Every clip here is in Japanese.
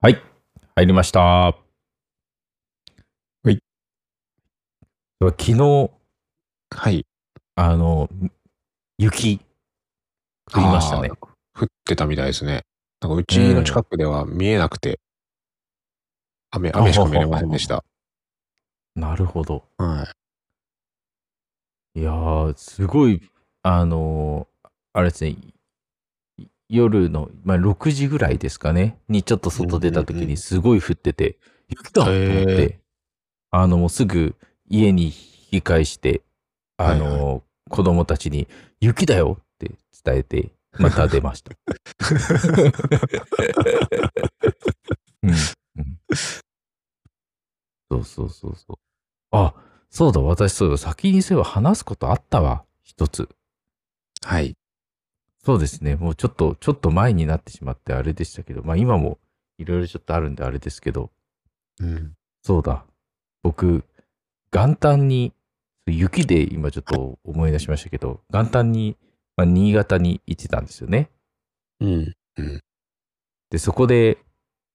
はい。入りました。はい。昨日、はい。あの、雪、降りましたね。降ってたみたいですね。なんかうちの近くでは見えなくて、雨、雨しか見れませんでした。 なるほど。。はいいやー、すごい、あのー、あれですね、夜の、まあ、6時ぐらいですかね、にちょっと外出た時にすごい降ってて、雪だと思って、あの、もうすぐ家に引き返して、あの、はいはい、子供たちに、雪だよって伝えて、また出ました。うんうん、 そうそうそうそう。あ、そうだ、私そうだ、先にそういえば話すことあったわ、一つ。はい。そうですね。もうちょっと、ちょっと前になってしまってあれでしたけど、まあ今もいろいろちょっとあるんであれですけど、うん、そうだ。僕、元旦に、雪で今ちょっと思い出しましたけど、元旦に、まあ、新潟に行ってたんですよね。うん。うん、で、そこで、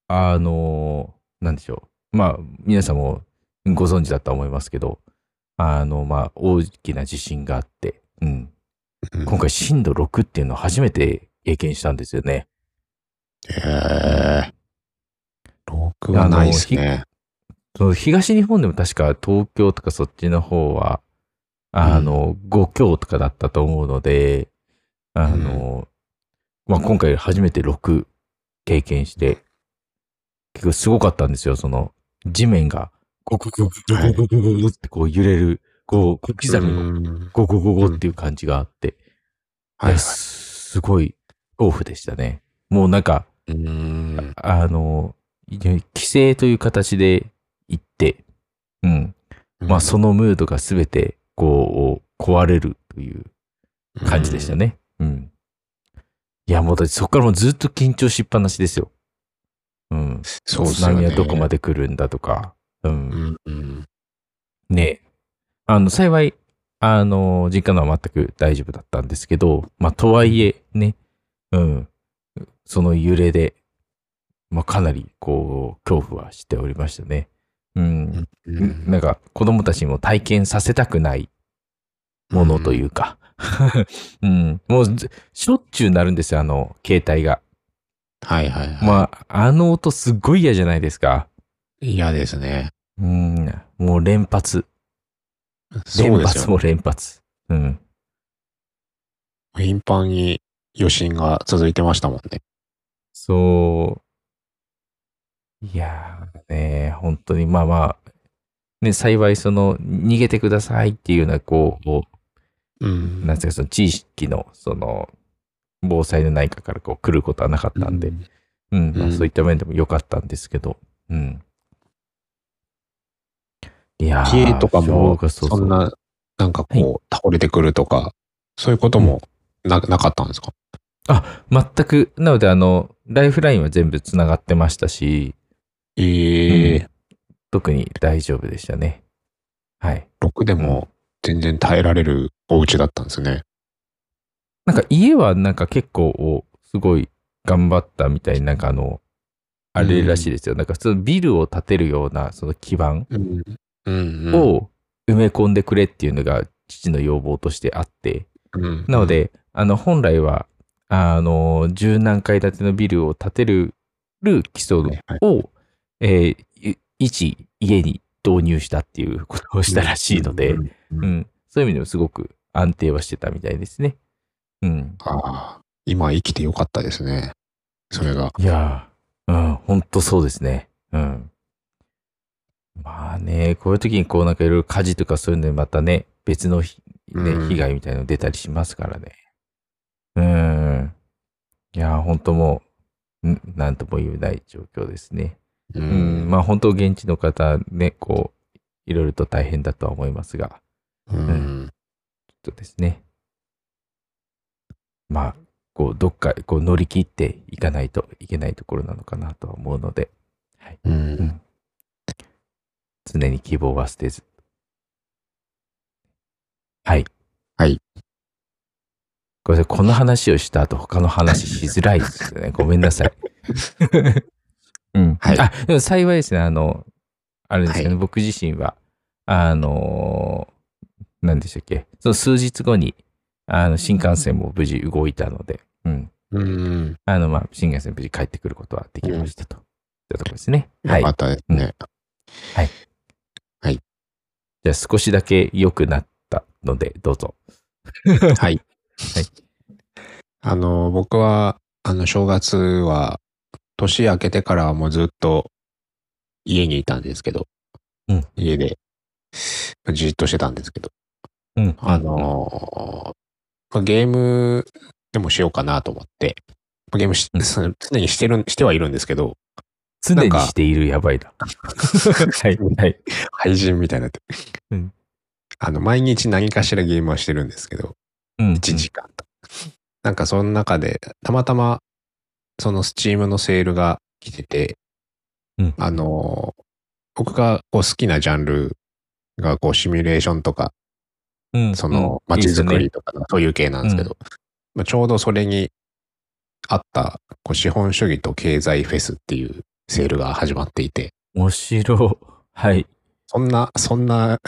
あのー、なんでしょう。まあ皆さんもご存知だと思いますけど、あの、まあ大きな地震があって、うん。今回震度6っていうのを初めて経験したんですよね。へえー。6はないですね。そう東日本でも確か東京とかそっちの方は、あの、うん、5強とかだったと思うので、あの、うん、まあ、今回初めて6経験して、結構すごかったんですよ、その、地面が、ゴクゴクゴクゴクゴクってこう揺れる。こう、小刻みの、ゴゴゴゴっていう感じがあって、うん、はい、すごい、オフでしたね。もうなんか、うんあの、帰省という形で行って、うん。まあ、そのムードがすべて、こう、壊れるという感じでしたね。うん。うん、いや、もうそこからもうずっと緊張しっぱなしですよ。うん。そうですね。津波はどこまで来るんだとか、うん。うん、ねえ。あの、幸い、あの、実家のは全く大丈夫だったんですけど、まあ、とはいえ、ね、うん、その揺れで、まあ、かなり、こう、恐怖はしておりましたね。うん。なんか、子供たちにも体験させたくないものというか、うん、うん、もう、しょっちゅうなるんですよ、あの、携帯が。はいはいはい。まあ、あの音すっごい嫌じゃないですか。嫌ですね。うん、もう連発。連発も連発。う,ね、うん。頻繁に余震が続いてましたもんね。そう。いやーね、本当にまあまあ、ね、幸いその、逃げてくださいっていうような、こう、うん、なんていうか、その地域の、その、防災の内科からこう来ることはなかったんで、うん、うん、まあ、そういった面でも良かったんですけど、うん。家とかも、そんな、なんかこう、倒れてくるとか、はい、そういうこともな、なかったんですかあ、全く。なので、あの、ライフラインは全部つながってましたし、ええーうん、特に大丈夫でしたね。はい。 6でも全然耐えられるお家だったんですね。なんか家はなんか結構、すごい頑張ったみたいなんかあの、あれらしいですよ。うん、なんかそのビルを建てるようなその基盤、うんうんうん、を埋め込んでくれっていうのが父の要望としてあって、うんうん、なので、あの、本来は、あの、十何階建てのビルを建てる基礎を、はいはいえー、一家に導入したっていうことをしたらしいので、そういう意味でもすごく安定はしてたみたいですね。うん。ああ、今生きてよかったですね。それが。いやうん、ほんとそうですね。うん。まあね、こういう時にこうなんかいろいろ火事とかそういうのでまたね、別の、ね、被害みたいの出たりしますからね。うん。うんいや、本当もう、ん、なんとも言えない状況ですね。うん、うんまあ本当現地の方ね、こう、いろいろと大変だとは思いますが。うん。うん、ちょっとですね。まあ、こう、どっか、こう乗り切っていかないといけないところなのかなとは思うので。はい。うん、うん常に希望は捨てず。はい。はい。ごめんなさい。 この話をした後、他の話しづらいですよね。ごめんなさい。うん。はいあ、でも幸いですね、あの、あれですよね、は僕自身は、あのー、何でしたっけ、その数日後に、あの、新幹線も無事動いたので、うん。うん。あの、まあ、新幹線無事帰ってくることはできましたと。というところですね。はよいか。ったですね。じゃあ少しだけ良くなったので、どうぞ。はい。はいあの、僕は、あの、正月は、年明けてからはもうずっと家にいたんですけど、うん家で、じっとしてたんですけど、うん。あ、のーゲームでもしようかなと思って、ゲームし、うんその 常にしてる、してはいるんですけど、常なんにかしているやばいな。はい。はい。 配信みたいになって。うんあの、毎日何かしらゲームはしてるんですけど、うん。 1時間と。なんかその中で、たまたま、そのスチームのセールが来てて、うんあのー、僕がこう好きなジャンルがこうシミュレーションとか、うんその街づくり。とかのそういう系なんですけど、まあ、ちょうどそれにあったこう資本主義と経済フェスっていうセールが始まっていて、面白。はい。そんな、そんな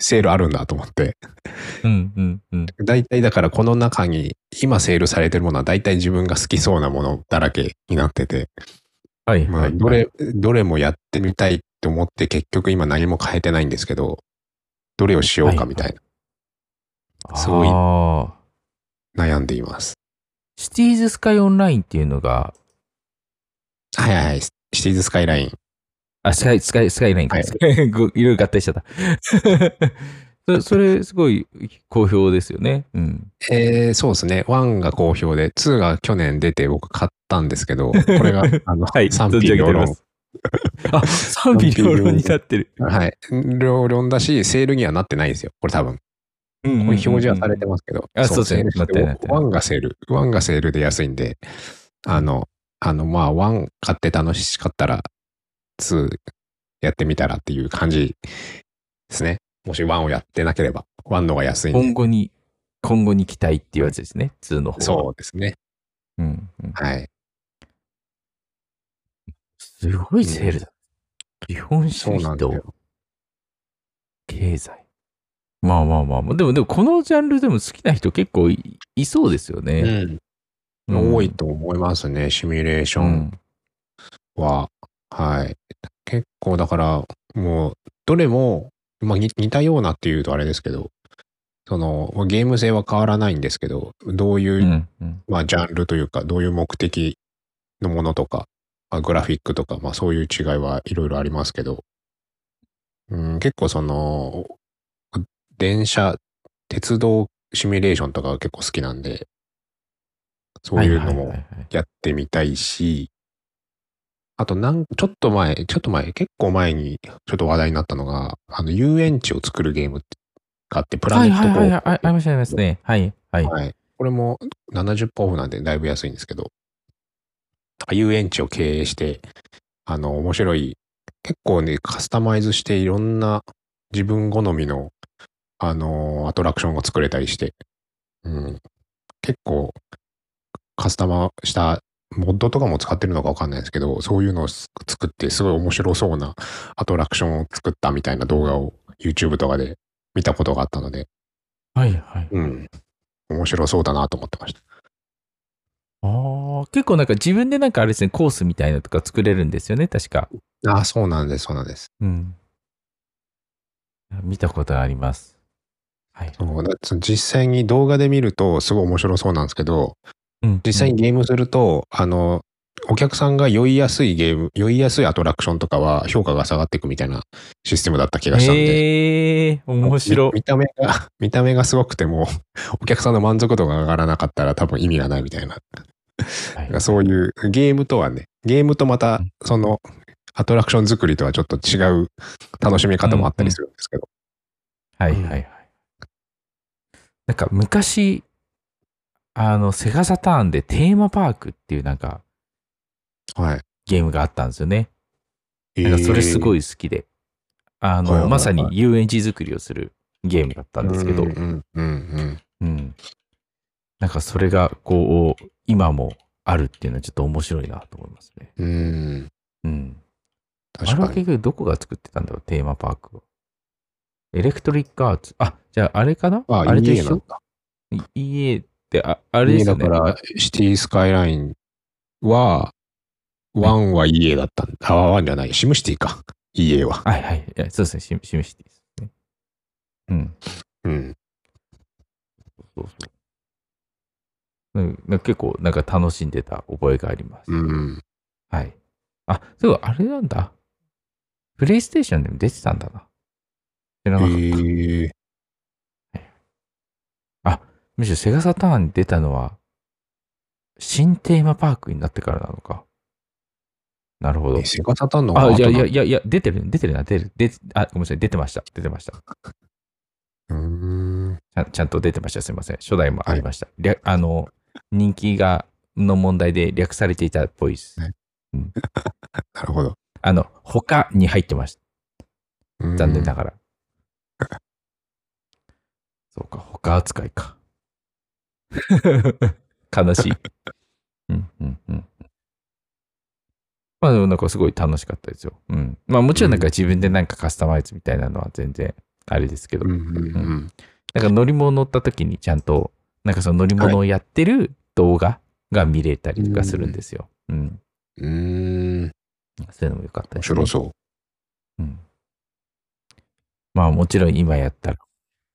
セールあるんだと思って、うんうんうん。大体だからこの中に今セールされてるものは大体自分が好きそうなものだらけになってて、はい。まはあ、いどれ、どれもやってみたいって思って結局今何も変えてないんですけど、どれをしようかみたいすごいああ。な、悩んでいます。シティーズスカイオンラインっていうのが、はいはいはい。シティーズスカイライン。あ、スカイ、スカイ、スカイラインか。はいスカイ ごいろいろ合体しちゃった。 そそれ、すごい好評ですよね。うん。えー、そうですね。1が好評で、2が去年出て僕買ったんですけ ど、これが、あの、はい。賛存じ否上げて両おりま論す。あ、賛否両論になってる。はい。両論だし、セールにはなってないんですよ。これ多分。これこれ表示はされてますけど。あそうセールそうしてなってるワンがセール。ワンがセールで安いんで、あの、あの、まあ、ワン買って楽しかったら、ツーやってみたらっていう感じですね。もしワンをやってなければ、ワンの方が安いん今で。後に、今後に期待っていうやつですね。2の方はそうですね。うんうん。はい。すごいセールだ。基本主そうな義んですとよ。経済。まあまあまあまあ。でも、でもこのジャンルでも好きな人結構いいそうですようね。ん。うん多いと思いますね。シミュレーシうョンん。は。はい。結構だから、もう、どれも、まあ、似似たようなっていうとあれですけど、その、まあゲーム性は変わらないんですけど、どういうう、ん。うんまあ、ジャンルというか、どういう目的のものとか、まあ、グラフィックとか、まあ、そういう違いはいろいろありますけど、うん、結構その、電車、鉄道シミュレーションとかが結構好きなんで、そういうのもはははいはいやってみたいし、あとなん、ちょっと前、ちょっと前、結構前にちょっと話題になったのが、あの、遊園地を作るゲームがあって、プラネットはいボはいはいーはい、あありましたありますね。はい、はい。ル。はい。これも70%オフなんでだいぶ安いんですけど、なんか遊園地を経営して、あの、面白い、結構ね、カスタマイズしていろんな自分好みの、あのアトラクションを作れたりして、うん、結構カスタマーしたモッドとかも使ってるのかわかんないですけど、そういうのをす作ってすごい面白そうなアトラクションを作ったみたいな動画を YouTube とかで見たことがあったので、はい、はい。うん、面白そうだなと思ってました。ああ、結構なんか自分でなんかあれですね、コースみたいなのとか作れるんですよね、確か。ああ、そうなんです、そうなんです。うん。見たことあります。はい。そうだその実際に動画で見るとすごい面白そうなんですけど、うん実際にゲームすると、あの、お客さんが酔いやすいゲーム、酔いやすいアトラクションとかは評価が下がっていくみたいなシステムだった気がしたんで。へえー、面白み。見た目が、 見た目がすごくても、お客さんの満足度が上がらなかったら多分意味がないみたいな。はいそういうゲームとはね、ゲームとまたうん、その、アトラクション作りとはちょっと違う楽しみ方もあったりするんですけど。はいはいはい。なんか昔、あの、セガサターンでテーマパークっていうなんかはい。ゲームがあったんですよね。なんかそれすごいい好きで。あはいはいの、はいまさに遊園地作りをするゲームだったんですけど、うんうんうんうん。うん。なんかそれが、こう、今もあるっていうのはちょっと面白いなと思いますね。うん。うん。あれ確はかに。結局どこが作ってたんだろう、テーマパークを。エレクトリックアーツ。あ、じゃああれかなあ、れと EA 一な緒んだ。 ?EA って、ああれですよ EA ね。だから、シティスカイラインは、ワンは EA だったんだ。あ、ワンじゃない。シムシティか。EA は。はいはいいや。そうですね、シムシムシティですね。うん。うん。そうそう。うんなんか結構、なんか楽しんでた覚えがあります。うん。はい。あ、そういえばあれなんだ。プレイステーションでも出てたんだな。知らなかった。へえ。むしろセガサターンに出たのは、新テーマパークになってからなのか。なるほどえ。セガサタンの方があ、いや後いなやのいやいや、出てる、出てるな、出る、出て、あ、ごめんなさい、出てました。出てました。ちうーん。ゃんちゃんと出てました。すいません。初代もありました。略あの、人気が、の問題で略されていたっぽいです。はいなるほど。あの、他に入ってました。残念なががら。 そうか、他扱いか。 悲しい。うんうんうん。まあでもなんかすごい楽しかったですよ。うん。まあもちろんなんか自分でなんかカスタマイズみたいなのは全然あれですけど、うんうんうん。なんか乗り物乗った時にちゃんと、なんかその乗り物をやってる動画が見れたりとかするんですよ。うん。うーん。そういうのも良かった面ですね白そう。うんまあもちろん今やったら、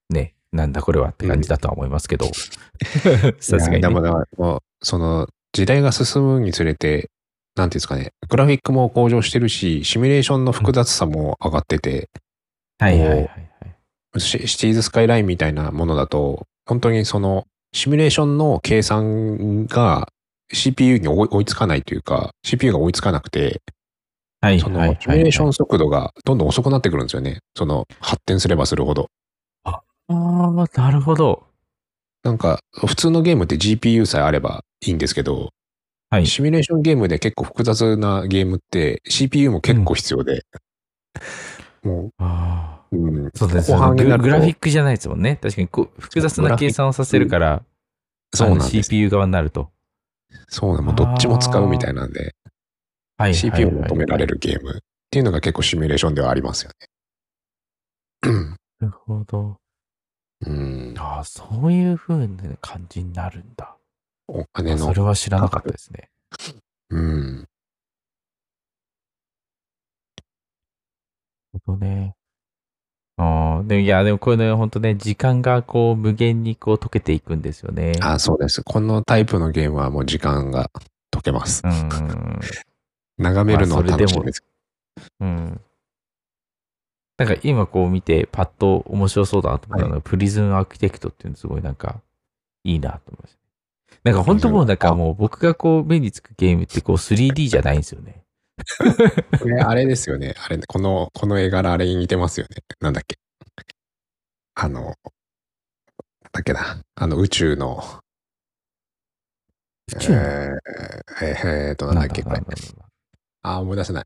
ね、なんだこれはって感じだとは思います けど、さすがに、いねやでも。だからもうその時代が進むにつれて、なんていうんですかね、グラフィックも向上してるし、シミュレーションの複雑さも上がってて、はいはいはいはい。シシティーズスカイラインみたいなものだと、本当にそのシミュレーションの計算が CPU に追い追いつかないというか、CPU が追いつかなくて、はいそはいはいのシミュレーション速度がどんどん遅くなってくるんですよね。その発展すればするほど。ああ、なるほど。なんか、普通のゲームって GPU さえあればいいんですけど、はいシミュレーションゲームで結構複雑なゲームって CPU も結構必要で、もあう、うん、あ、そうです後よ半ねにグラ。なるとグラフィックじゃないですもんね。確かにこう複雑グなラフィッ計算をさせるから、そうなんあのです。 CPU 側になると。そうなの。もうどっちも使うみたいなんで、はいはいはい CPU も求められ。るゲームっていうのが結構シミュレーションではありますよね。なるほど。うん、ああ、そういう風な感じになるんだ。お金そのれ、は知らなかったですね。うん、なるほどね。ああ、でもいや、でもこれね、本当ね、時間がこう無限にこう溶けていくんですよね。あ、そうです。このタイプのゲームはもう時間が解けますう。ん。眺めるのは楽しいです。うん。なんか今こう見て、パッと面白そうだなと思ったのが、プリズンアーキテクトっていうのすごいなんか、いいなと思いました。なんか本当もうなんかもう僕がこう目につくゲームってこう 3D じゃないんですよね。これあれですよね。あれ、この、この絵柄あれに似てますよね。なんだっけ。あの、なんだっけな。あの、宇宙の、宇宙えのー、えーえーと、なんだっけ、なこんだなれん。だなんだあー、思い出せない。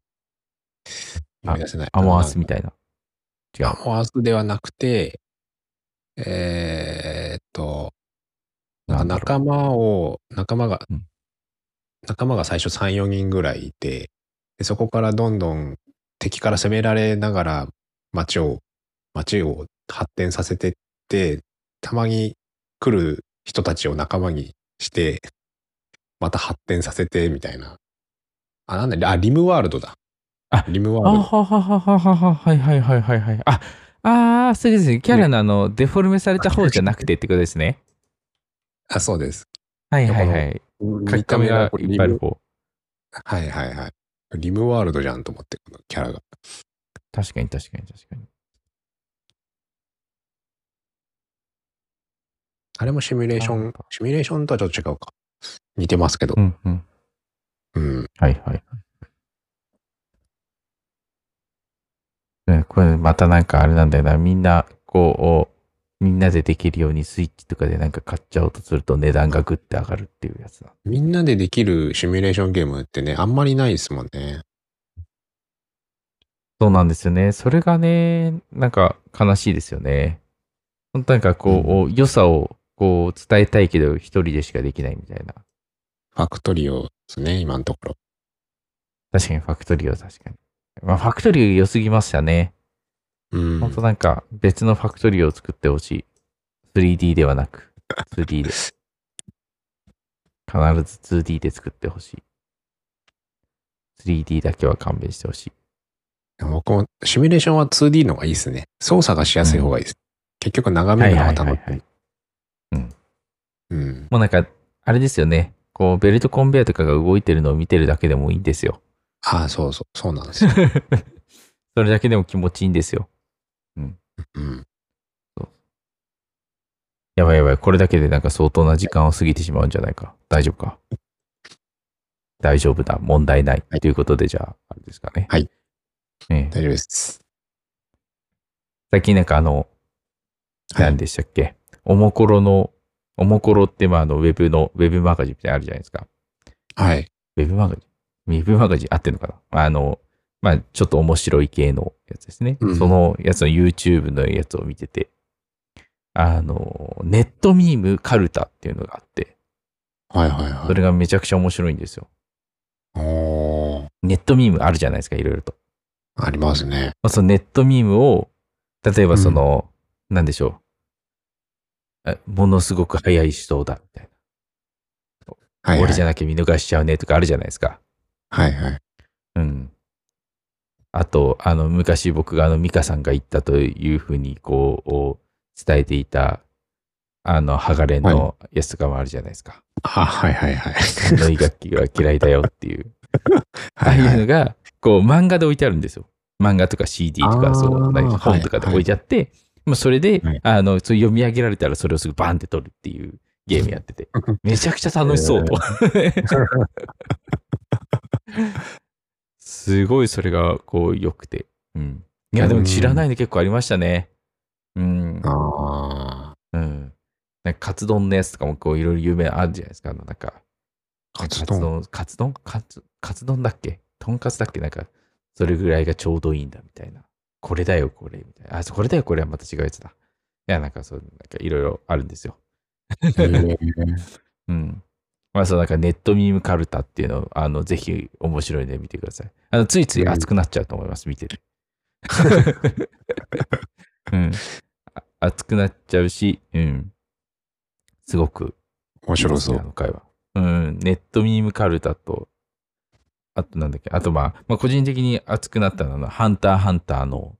あ思い出せない。アモアースみたいな。違うア。モアースではなくて、えーっと、なんなかんだろ仲間を、仲間が、うん仲間が最初3、4人ぐらいいてで、そこからどんどん敵から攻められながら街を、街を発展させてって、たまに来る人たちを仲間にして、また発展させて、みたいな。あ、なんだ、あ、リムワールドだ。あリムあワールド。はははははは、はいはいはいはいはい。あ、あー、そうですね。キャラのあの、デフォルメされた方じゃなくてってことですね。あ、そうです。はいはいはい。書き見込たみ目がいがっぱいある方。はいはいはい。リムワールドじゃんと思って、このキャラが。確かに確かに確かに。あれもシミュレーシなョるンほど、シミュレーションとはちょっと違うか。似てますけどう。んうん。うん。はいはい。ね、これまたなんかあれなんだよな。みんな、こう、みんなでできるようにスイッチとかでなんか買っちゃおうとすると値段がグッて上がるっていうやつだ。みんなでできるシミュレーションゲームってね、あんまりないですもんね。そうなんですよね。それがね、なんか悲しいですよね。本当なんかこう、良さをこう伝えたいけど、一人でしかできないみたいな。ファクトリオですね、今のところ。確かにファクトリーは確かに。まあ、ファクトリー良すぎましたね。うんほんとなんか別のファクトリーを作ってほしい。3D ではなく、2D で。必ず 2D で作ってほしい。3D だけは勘弁してほしい。僕もシミュレーションは 2D の方がいいですね。操作がしやすい方がいいです。結局眺めるのが多分。い。うん。もうなんか、あれですよね。こう、ベルトコンベヤーとかが動いてるのを見てるだけでもいいんです よ。ああ、そうそう、そうなんで すよ。それだけでも気持ちいいんですよ。うん。やばいやばい。これだけでなんか相当な時間を過ぎてしまうんじゃないか。大丈夫か。大丈夫だ。問題ない。はいということで、じゃあ、あれですかね。はい。ええ、大丈夫です。最近なんかあの、はい何でしたっけ。おもころの、おもころって、まあ、あの、ウェブの、ウェブマガジンみたいなのあるじゃないですか。はい。ウェブマガジンウェブマガジン合ってるのかなあの、まあ、ちょっと面白い系のやつですね。うんそのやつの YouTube のやつを見てて、あの、ネットミームカルタっていうのがあって、はいはいはそい。れがめちゃくちゃ面白いんですよ。おーネットミームあるじゃないですか、いろいろと。ありますね。まあ、そのネットミームを、例えばその、なんでしょう。あものすごく速い思想だ、みたいな。はい、は俺いじ。ゃなきゃ見逃しちゃうねとかあるじゃないですか。はいはい。うん。あと、あの、昔僕があの、ミカさんが言ったというふうに、こう、を伝えていた、あの、ハガレンのやつとかもあるじゃないですか。あはいは いはい。ノイ楽器が嫌いだよっていう。あはあいいはうい。のが、こう、漫画で置いてあるんですよ。漫画とか CD とあか、ーそう、何か本とかで置いてあって、まあそれではい、あの、そう読み上げられたらそれをすぐバンって取るっていうゲームやって て、めちゃくちゃ楽しそうと。 すごいそれがこう良くて。うん。いや、でも知らないの結構ありましたね。うん。ああ。うん。なんかカツ丼のやつとかもこういろいろ有名あるじゃないですか。あのなんか、カツカツ丼。丼、カツ丼カツカツ丼だっけとんかつだっけなんか、それぐらいがちょうどいいんだみたいな。これだよ、これ。みたいな。あ、そうこれだよ、これはまた違うやつだ。いや、なんかそう、なんかいろいろあるんですよ。へーうん。まあそう、なんかネットミームカルタっていうのを、あの、ぜひ面白いんで見てください。あの、ついつい熱くなっちゃうと思います、見 てて。うん。あ熱くなっちゃうし、うん。すごく面白そいいですねあう。の回は。うん、ネットミームカルタと、あとなんだっけ、あとまあ、まあ、個人的に熱くなったのはあの、ハンターハンターの、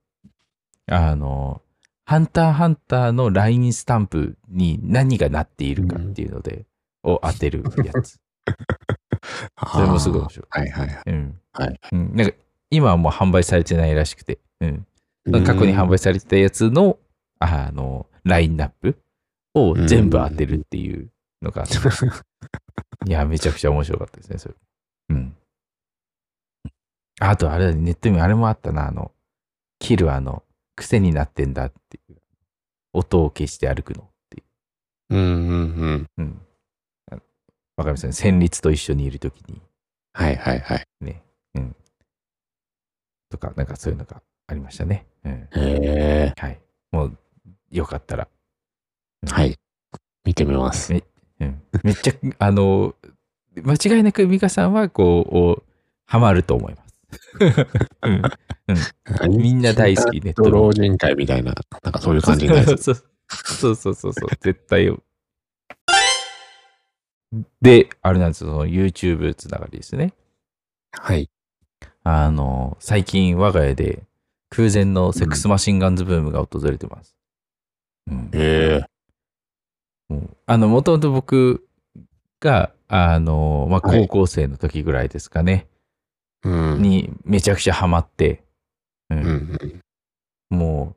あの、ハンターハンターの LINE スタンプに何がなっているかっていうので、を当てるやつ。それもすごい面白いあーはいはいはいうん。はいうん、なんか、今はもう販売されてないらしくて、うん。その過去に販売。売されてたやつの、あの、ラインナップを全部当てるっていうのが、いや、めちゃくちゃ面白かったですね、それ。うん。あと、あれだね、ネットにあれもあったな、あの、キルあの、癖になってんだっていう、音を消して歩くのっていうんうんうん。う。うん。あわかりますね。旋律と一緒にいるときに、はいはいはい。とか、なんかそういうのがありましたね。うん。へはい。もう、よかったら、ーはい。見てみます。うんめっちゃ、 あの、間違いなく美香さんは、こう、ハマると思います。 うんみんな大好き、ネットドロ老人会みたいな、なんかそういう感じに なりそうそうそうそうそうそう、絶対よ。で、あれなんですよ、その YouTube つながりですね。はい。あの、最近我が家で空前のセックスマシンガンズブームが訪れてます。うんえうんあの、もともと僕が、あの、まあ、はい高校生の時ぐらいですかね、え。うん。にめちゃくちゃハマって、うんうん。もう、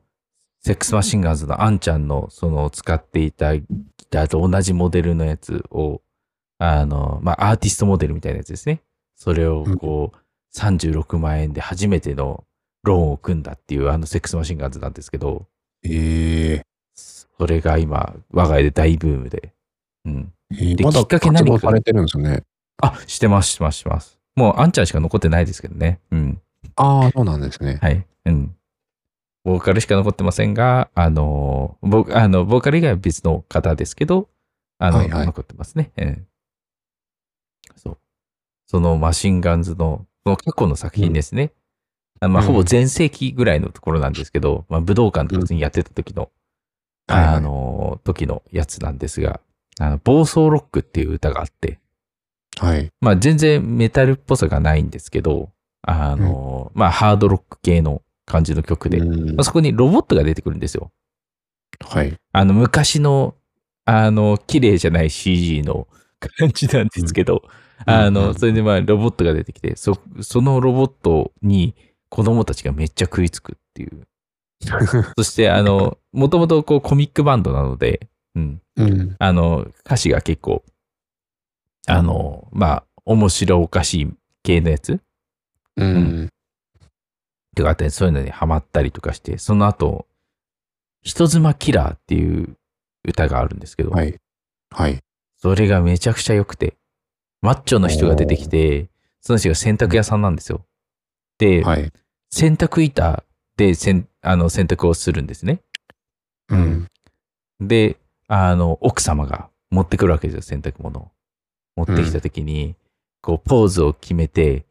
セックスマシンガンズのあんちゃんの、その使っていたギターと同じモデルのやつを、あの、まあ、アーティストモデルみたいなやつですね。それをこう、36万円で初めてのローンを組んだっていう、あのセックスマシンガンズなんですけど、ええ。それが今、我が家で大ブームで。うん。でまだきっかけ何活動かされてるんですよね。あ、してます、してます、してます。もう、あんちゃんしか残ってないですけどね。うん。ああ、そうなんですね。はい。うん。ボーカルしか残ってませんが、あの、ボあのボーカル以外は別の方ですけど、あの、はいはい残ってますね。うん。そう。そのマシンガンズの、その過去の作品ですね。あまあ、うんほぼ全盛期ぐらいのところなんですけど、まあ、武道館とか普通にやってた時の、はいはいあの、時のやつなんですが、あの、暴走ロックっていう歌があって、はい。まあ、全然メタルっぽさがないんですけど、あの、まあ、ハードロック系の感じの曲で、まうんあ、そこにロボットが出てくるんですよ。はい。あの、昔の、あの、綺麗じゃない CG の感じなんですけど、うんあうの、んそれでまあ、ロボットが出てきて、そ、そのロボットに子供たちがめっちゃ食いつくって いう。そして、あの、もともとこうコミックバンドなので、うん、うん。あの、歌詞が結構、あの、まあ、面白おかしい系のやつうん。とかあって、そういうのにハマったりとかして、その後、人妻キラーっていう歌があるんですけど、はい。はい。それがめちゃくちゃ良くて、マッチョの人が出てきて、その人が洗濯屋さんなんですよ。で、はい。洗濯板でせんあの洗濯をするんですね。うん。で、あの、奥様が持ってくるわけですよ、洗濯物を。持ってきた時に、こう、ポーズを決めて、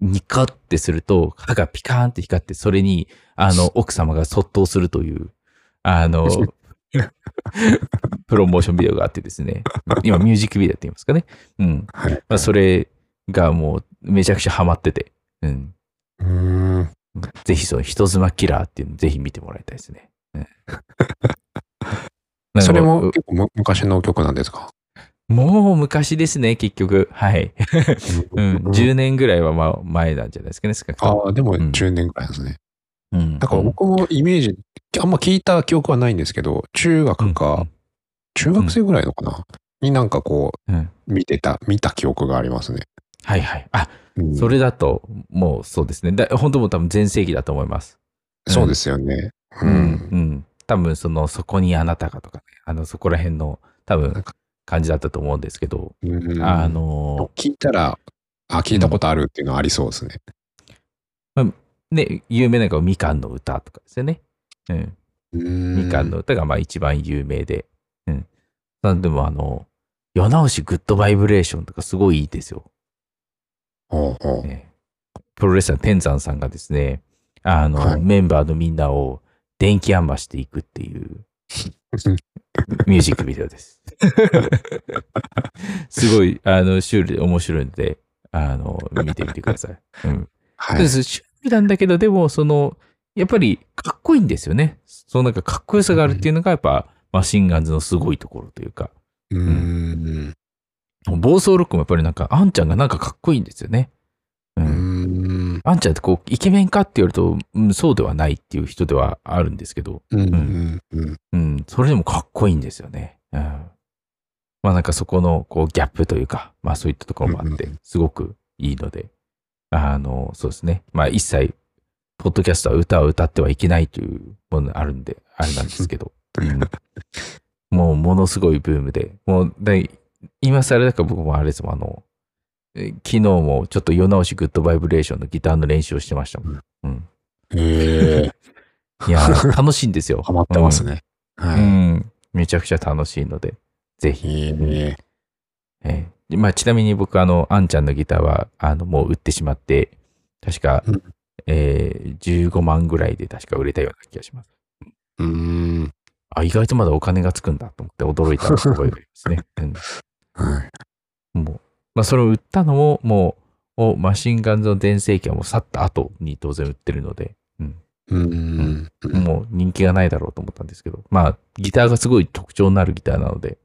ニカってすると、歯がピカーンって光って、それに、あ の、奥様がそっとするという、あの、プロモーションビデオがあってですね、今、ミュージックビデオって言いますかね。うん。はい。まあ、それがもう、めちゃくちゃハマってて、うん。うーん。ぜひ、その、人妻キラーっていうの、ぜひ見てもらいたいですね。うん それも結構む昔の曲なんですかもう昔ですね、結局。はい。うん。10年ぐらいはまあ前なんじゃないですかね、少なくとも。ああ、でもうん10年ぐらいですね。うん。なんか僕もイメージ、あんま聞いた記憶はないんですけど、中学か、中学生ぐらいのかなになんかこうん、うん。う、見てた、見た記憶がありますね。はいはい。あ、うんそれだと、もうそうですね。だ本当もう多分全盛期だと思います。そうですよね。う。。うんうん。多分その、そこにあなたがとかね、あの、そこら辺の、多なん分か感じだったと思うんですけど、うんあの、聞いたら、あ、聞いたことあるっていうのはありそうですね。ね、有名なのがみかんの歌とかですよね。うん。みみかんの歌がまあ一番有名で。うん。なんでもあの、世直しグッドバイブレーションとかすごいいいですよ。ほうほう ねプロレスラー天山さんがですね、あの、はいメンバーのみんなを電気あんましていくっていうミュージックビデオ です。すごい、あの、シュールで面白いので、あの、見てみてください。うん。 はでい。すシュールなんだけど、でも、その、やっぱりかっこいいんですよね。そのなんかかっこよさがあるっていうのが、やっぱ、マシンガンズのすごいところというか、うーん。暴走ロックもやっぱりなんか、あんちゃんがなんかかっこいいんですよね。う。うんん。あんちゃんってこう、イケメンかって言われると、うん、そうではないっていう人ではあるんですけど、うん。うん。うん、それでもかっこいいんですよね。うん。まあなんかそこの、こう、ギャップというか、まあそういったところもあっうてんうん、すごくいいので、あの、そうですね。まあ一切、ポッドキャストは歌を歌ってはいけないというものがあるんで、あれなんです けど、うんもうものすごいブームで、もう、で今更だから僕もあれですもん、あの、え昨日もちょっと世直しグッドバイブレーションのギターの練習をしてましたもん。ええ。い や、楽しいんですよ。ハマってますね。うん。はうんめちゃくちゃ楽しいので、ぜひ。い。いいね。えーでまあ、ちなみに僕、あの、あんちゃんのギターは、あの、もう売ってしまって、確か、うんえー15万ぐらいで確か売れたような気がします。うーん。あ、意外とまだお金がつくんだと思って驚いた覚えがあります ね。うんはい。もう、まあ、それを売ったのも、もう、をマシンガンズの全盛期はもう去った後に当然売ってるので、うん。もう人気がないだろうと思ったんですけど、まあ、ギターがすごい特徴のあるギターなので、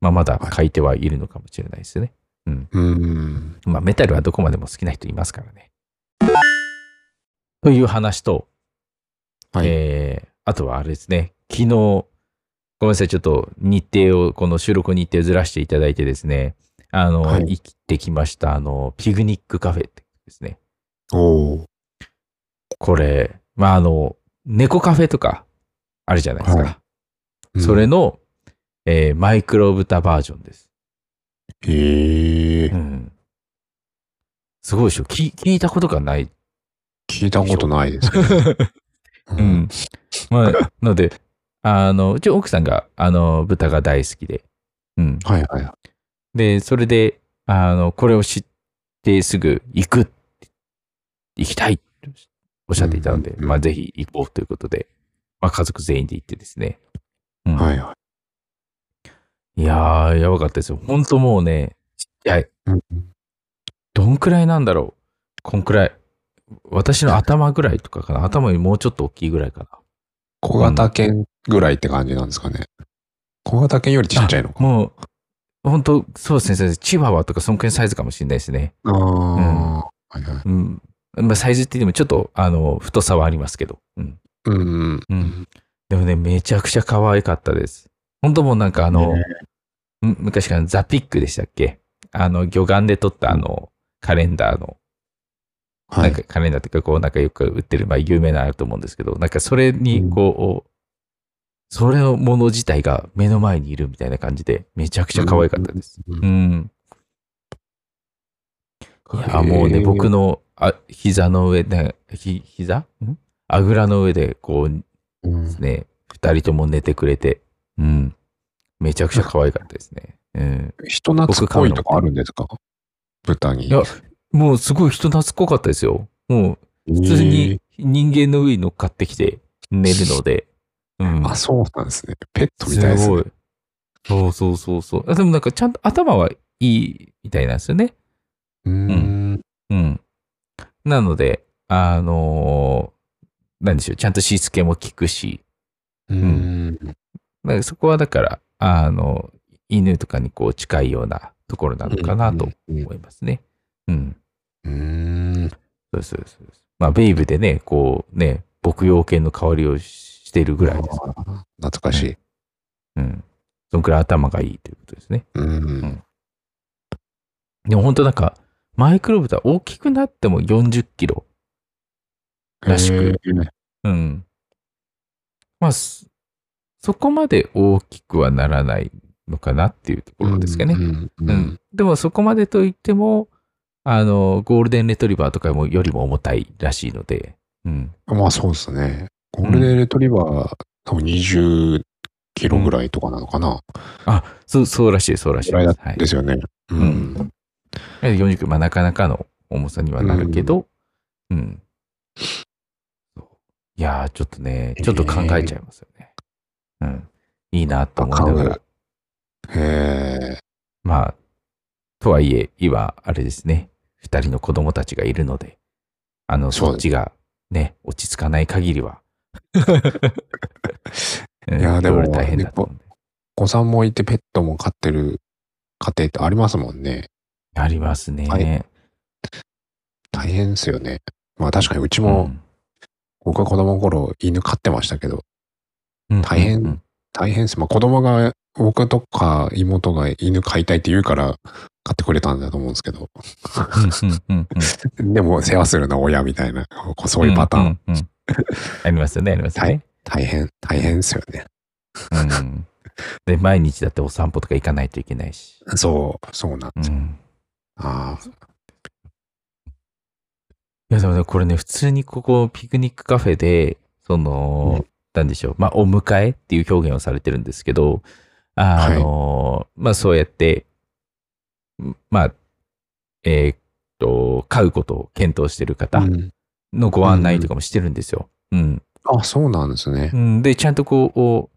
まあ、まだ買い手はいるのかもしれないですね。うん。まあ、メタルはどこまでも好きな人いますからね。という話と、はい。えーあとはあれですね、昨日、ごめんなさい、ちょっと日程を、この収録日程ずらしていただいてですね、あの、はい行ってきました、あの、ピクニックカフェってですね。おーこれ、まあ、あの、猫カフェとか、あるじゃないですか。はうんそれの、えーマイクロ豚バージョンです。へえう。ん。すごいでしょ聞聞いたことが ない。聞いたことないですけど。う。ん。まあ、なので、あの、うち奥さんが、あの、豚が大好きで、うん。はいはいはい。で、それで、あの、これを知ってすぐ行く、行きたい、おっしゃっていたので、うんうんうんまあぜひ行こうということで、まあ家族全員で行ってですね。うんはいはいやー、やばかったですよ。ほんともうね、ちっちゃい。い。うんどんくらいなんだろうこんくらい。私の頭ぐらいとかかな。頭よりもうちょっと大きいぐらいかな。小型犬ぐらいって感じなんですかね。小型犬よりちっちゃいのか。もう、ほんと、そうですね先生、チワワとかそんくらいのサイズかもしれないですね。ああ、はいはい。うん。まあサイズって言ってもちょっと、あの、太さはありますけど。うん。うん。うん。でもね、めちゃくちゃ可愛かったです。ほんともうなんかあの、ねん昔からのザピックでしたっけあの、魚眼で撮ったあの、カレンダーの、はなんい。かカレンダーっていうか、こうなんかよく売ってる、まあ有名なのあると思うんですけど、なんかそれにこう、それのもの自体が目の前にいるみたいな感じで、めちゃくちゃ可愛かったです。うんうん。いや、もうね、僕の。のあ膝の上で、ひ膝んあぐらの上で、こう、うんですね。二人とも寝てくれて、うん。めちゃくちゃ可愛かったですね。うん。人懐っこいとかあるんですか豚に。いやもうすごい人懐っこかったですよ。もう普通に人間の上に乗っかってきて寝るので。うん えー。。あ、そうなんですね。ペットみたいですすね。ごい。そうそうそうそう。あでもなんかちゃんと頭はいいみたいなんですよね。うーん。うん。なので、あのーなんでしょう。ちゃんとしつけも効くし、うーん。なんかそこはだから、あの、犬とかにこう近いようなところなのかなとうん。思いますね。うん。うん。そうですそうですそうです。まあ、ベイブでね、こうね、牧羊犬の香りをしてるぐらいです。あー懐かしい。うん。そのくらい頭がいいということですね。うん。でも本当なんか、マイクロブタ大きくなっても40キロ。らしくえー。うん。まあ、そそこまで大きくはならないのかなっていうところですかね。うん。ううんん。でもそこまでといっても、あの、ゴールデンレトリバーとかもよりも重たいらしいので、うん。まあそうですね。ゴールデンレトリバー、多分20キロぐらいとかなのかな。そう、そうらしい、そうらしいぐらいでだす。はい。ですよね。うんん。 40キロ、まあなかなかの重さにはなるけど、うん。そういやー、ちょっとね、ちょっと考えちゃいますよね。うん。いいなと思いなが考ら。へえ。まあ、とはいえ、今、あれですね、二人の子供たちがいるので、あの、そうそっちがね、落ち着かない限りは。うんいやーでもいろいろ大変だと思うんで。お子さんもいてペットも飼ってる家庭ってありますもんね。ありますね。はい大変ですよね。まあ確かにうちも、僕は子供の頃犬飼ってましたけど、うん大変大変です。まあ子供が、僕とか妹が犬飼いたいって言うから飼ってくれたんだと思うんですけど、うんうんうんう んでも世話するのは親みたいな、こうそういうパターン。うんうんうんありますよね、ありますよね。大変、大変ですよね。うんで、毎日だってお散歩とか行かないといけないし。そう、そうなん。うんああ、いやでもね、これね、普通にここ、ピクニックカフェで、その、なんでしょう、まあ、お迎えっていう表現をされてるんですけど、あの、まあ、そうやって、んまあ、えーっと、買うことを検討してる方うんのご案内とかもしてるんですよ。うん。あ、そうなんですねう。ん、で、ちゃんとこう、お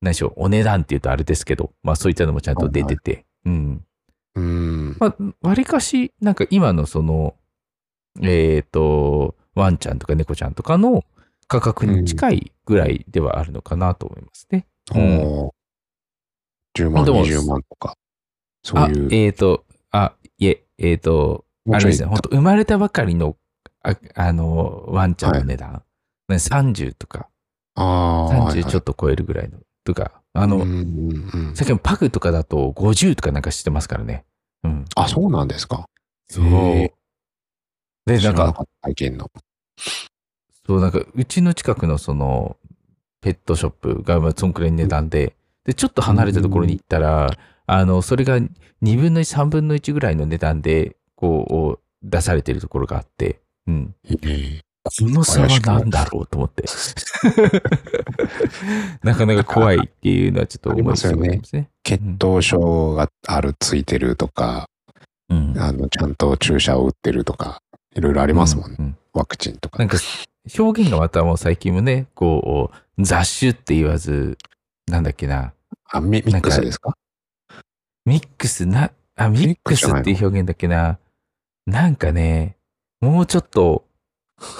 何でしょう、お値段っていうとあれですけど、まあ、そういったのもちゃんと出てて、うん。うん。まあ、割かし、なんか今のその、えっ、と、ワンちゃんとか猫ちゃんとかの価格に近いぐらいではあるのかなと思いますね。うんおー10万、あでも20万とか。そうあ、いう。えっ、と、あ、いえ、えっ、と、もあれうちょでいすね、本当生まれたばかりの、ああの、ワンちゃんの値段、ね、30とか、ああ、はい30ちょっと超えるぐらいの、とか、あの、はいうんうんうんさっきのパグとかだと50とかなんかしてますからね。うん。あ、そうなんですか。そう。へで、知ならんかな、かった体験の。そう、なんか、うちの近くのその、ペットショップが、まあ、そんくらいの値段で、で、ちょっと離れたところに行ったら、あの、それが2分の1、3分の1ぐらいの値段で、こう、出されてるところがあって、うん。へえこの差は何だろうと思って。 なかなか怖いっていうのはちょっと思いつつもありますね。血糖症がある、ついてるとか、うん。あの、ちゃんと注射を打ってるとか、いろいろありますもんね。うんワクチンとか。なんか、表現がまたもう最近もね、こう、雑種って言わず、なんだっけな、あ、ミミックスですかミックスな、あ、ミックスっていう表現だっけな。なんかね、もうちょっと、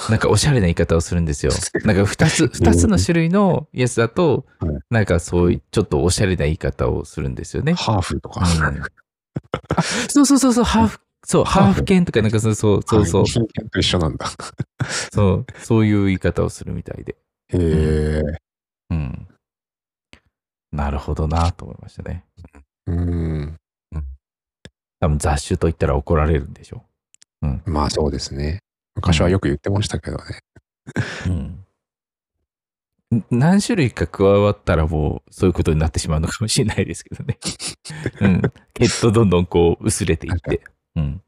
なんかおしゃれな言い方をするん ですよ。なんか二つ、二つの種類のやつだとはい、なんかそういう、ちょっとおしゃれな言い方をするんですよね。ハーフとか。うんそうそうそうそう、ハーフ、そう、ハーフ犬とか、なんかそうそうそうそう、人間と一緒なんだ。 そう、そういう言い方をするみたいで。へえ。うん。なるほどなと思いましたね。うん。多分雑種と言ったら怒られるんでしょまあそうですね。昔はよく言ってましたけどね。う。ん何種類か加わったらもうそういうことになってしまうのかもしれないですけど ね。うん。血とどんどんこう薄れていって。うん。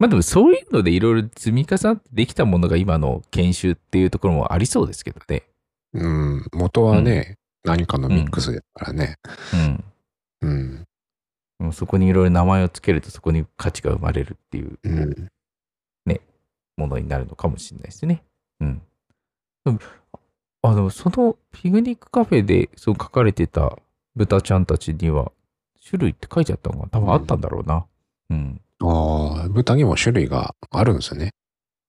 まあでもそういうのでいろいろ積み重なってできたものが今の研修っていうところもありそうですけどね。うん。元はね、何かのミックスですからね。うん。うん。もうそこにいろいろ名前をつけるとそこに価値が生まれるっていううん。ものになるのかもしれないですね。うん。でもあの、そのピクニックカフェでそう書かれてた豚ちゃんたちには、種類って書いてあったのが多分あったんだろうな。うん。ああ、豚にも種類があるんですよね。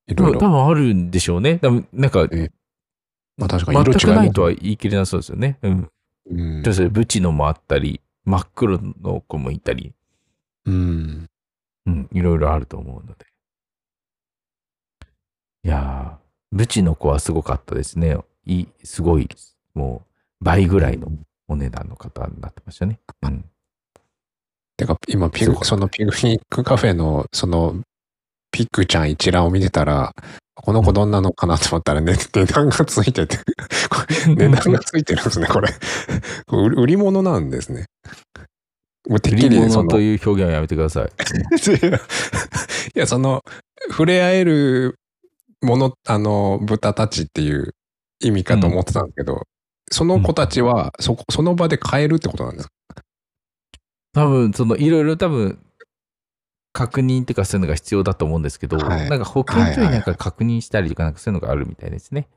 い多ろい分多ろ。分あるんでしょうね。多分なんか、えまあ確かに全色違いますくないとは言い切れなそうですよね。うん。うんちょっとブチのもあったり、真っ黒の子もいたり、うん。うん、いろいろあると思うので。いやー、ブチの子はすごかったですね。いい、すごい、もう倍ぐらいのお値段の方になってましたね。うん。てか、今、ピグそう、そのピグニックカフェの、その、ピックちゃん一覧を見てたら、この子どんなのかなと思ったら、ね、値段がついてて、これ 値段がついてるんですね、これ。これ売売り物なんですね。もうてっき売りり、そ物の、といいう表現はやめてください。 や、その、触れ合えるもの、あの、豚たちっていう意味かと思ってたんですけど、その子たちは、そこ、その場で買えるってことなんですか多分、その、いろいろ多分、確認とかそういうのが必要だと思うんですけど、はいなんか保健所になんか確認したりとか、なんかそういうのがあるみたいですね。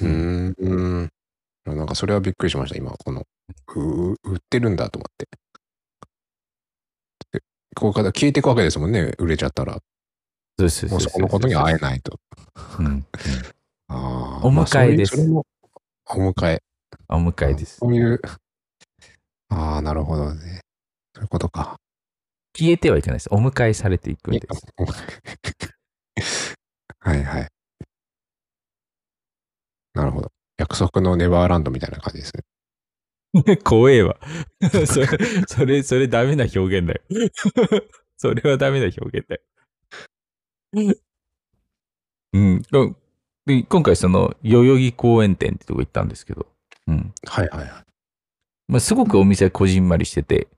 うーん。なんかそれはびっくりしました、今。この、う売ってるんだと思って。でここから消えていくわけですもんね、売れちゃったら。そうですもうそこのことに会えないと。うんうんあーお迎えまあそういうですそれもお迎え。お迎えですそ。ういう。ああ、なるほどね。そういうことか。消えてはいけないです。お迎えされていくんです。 はいはい。なるほど。約束のネバーランドみたいな感じですね。怖えわ。 それ、それ、それダメな表現だよ。 それはダメな表現だよ。うん。こで今回その、代々木公園店ってとこ行ったんですけど、うん。はいはいはい。まあ、すごくお店はこじんまりしてて、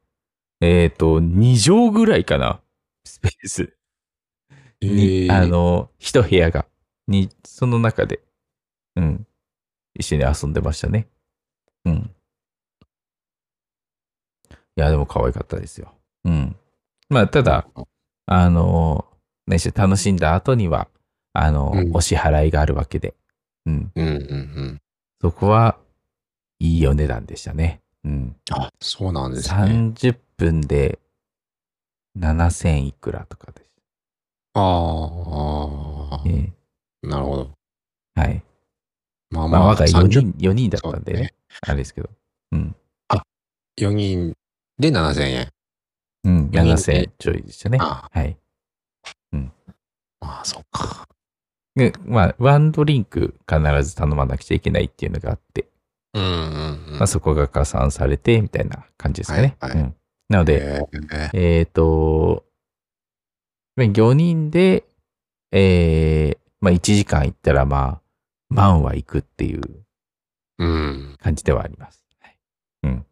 えっ、と、2畳ぐらいかな、スペース。に、えーあの、一部屋が、に、その中で、うん、一緒に遊んでましたね。うん。いや、でも可愛かったですよ。うん。まあ、ただ、あの、何しろ楽しんだ後には、あの、うんお支払いがあるわけで、うん。うんうんうん。そこは、いいお値段でしたね。うん。あ、そうなんですね。 30分で、7000いくらとかでしあーあたね。ー、なるほど。はい。まあまあ、まあ、我が家4 30人、4人だったんでそうねね、あれですけど。うん。 4人で7000円。うん、四人7000ちょいでしたね。あはい。あ、まあ、そうか。でまあ、ワンドリンク必ず頼まなくちゃいけないっていうのがあって、うんうんうん。まあ、そこが加算されて、みたいな感じですかね。はいはいうん、なので、えーえっ、と、まあ4人で、えー、まあ、1時間行ったら、まあ、万は行くっていううん。感じではあります。はいうん。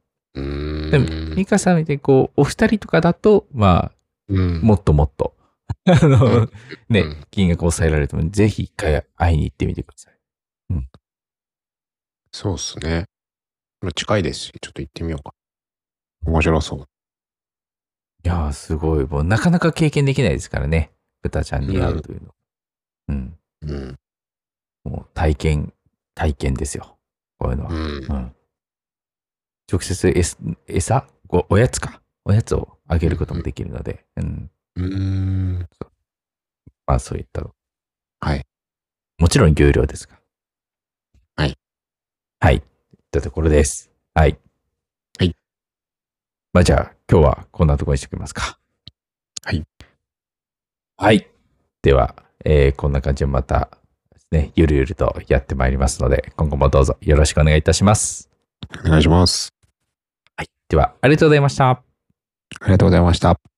でミカさんみたいに、こう、お二人とかだと、まあ、うん、もっともっと、 あの、ねうん、金額を抑えられても、ぜひ一回会いに行ってみてください。そうっすね。まあ近いですし、ちょっと行ってみようか。面白そう。いやー、すごい。もう、なかなか経験できないですからね。豚ちゃんに会うというの。うん。うん。もう体験、体験ですよ。こういうのは。うんう。ん。直接餌、餌ごおやつか。おやつをあげることもできるので、うん。うん。まあそういったの。はい。もちろん有料ですが。はい。はい。といったところです。はい。はい。まあじゃあ今日はこんなところにしておきますか。はい。はい。では、えーこんな感じでまた、ね、ゆるゆるとやってまいりますので、今後もどうぞよろしくお願いいたします。お願いします。では、ありがとうございました。ありがとうございました。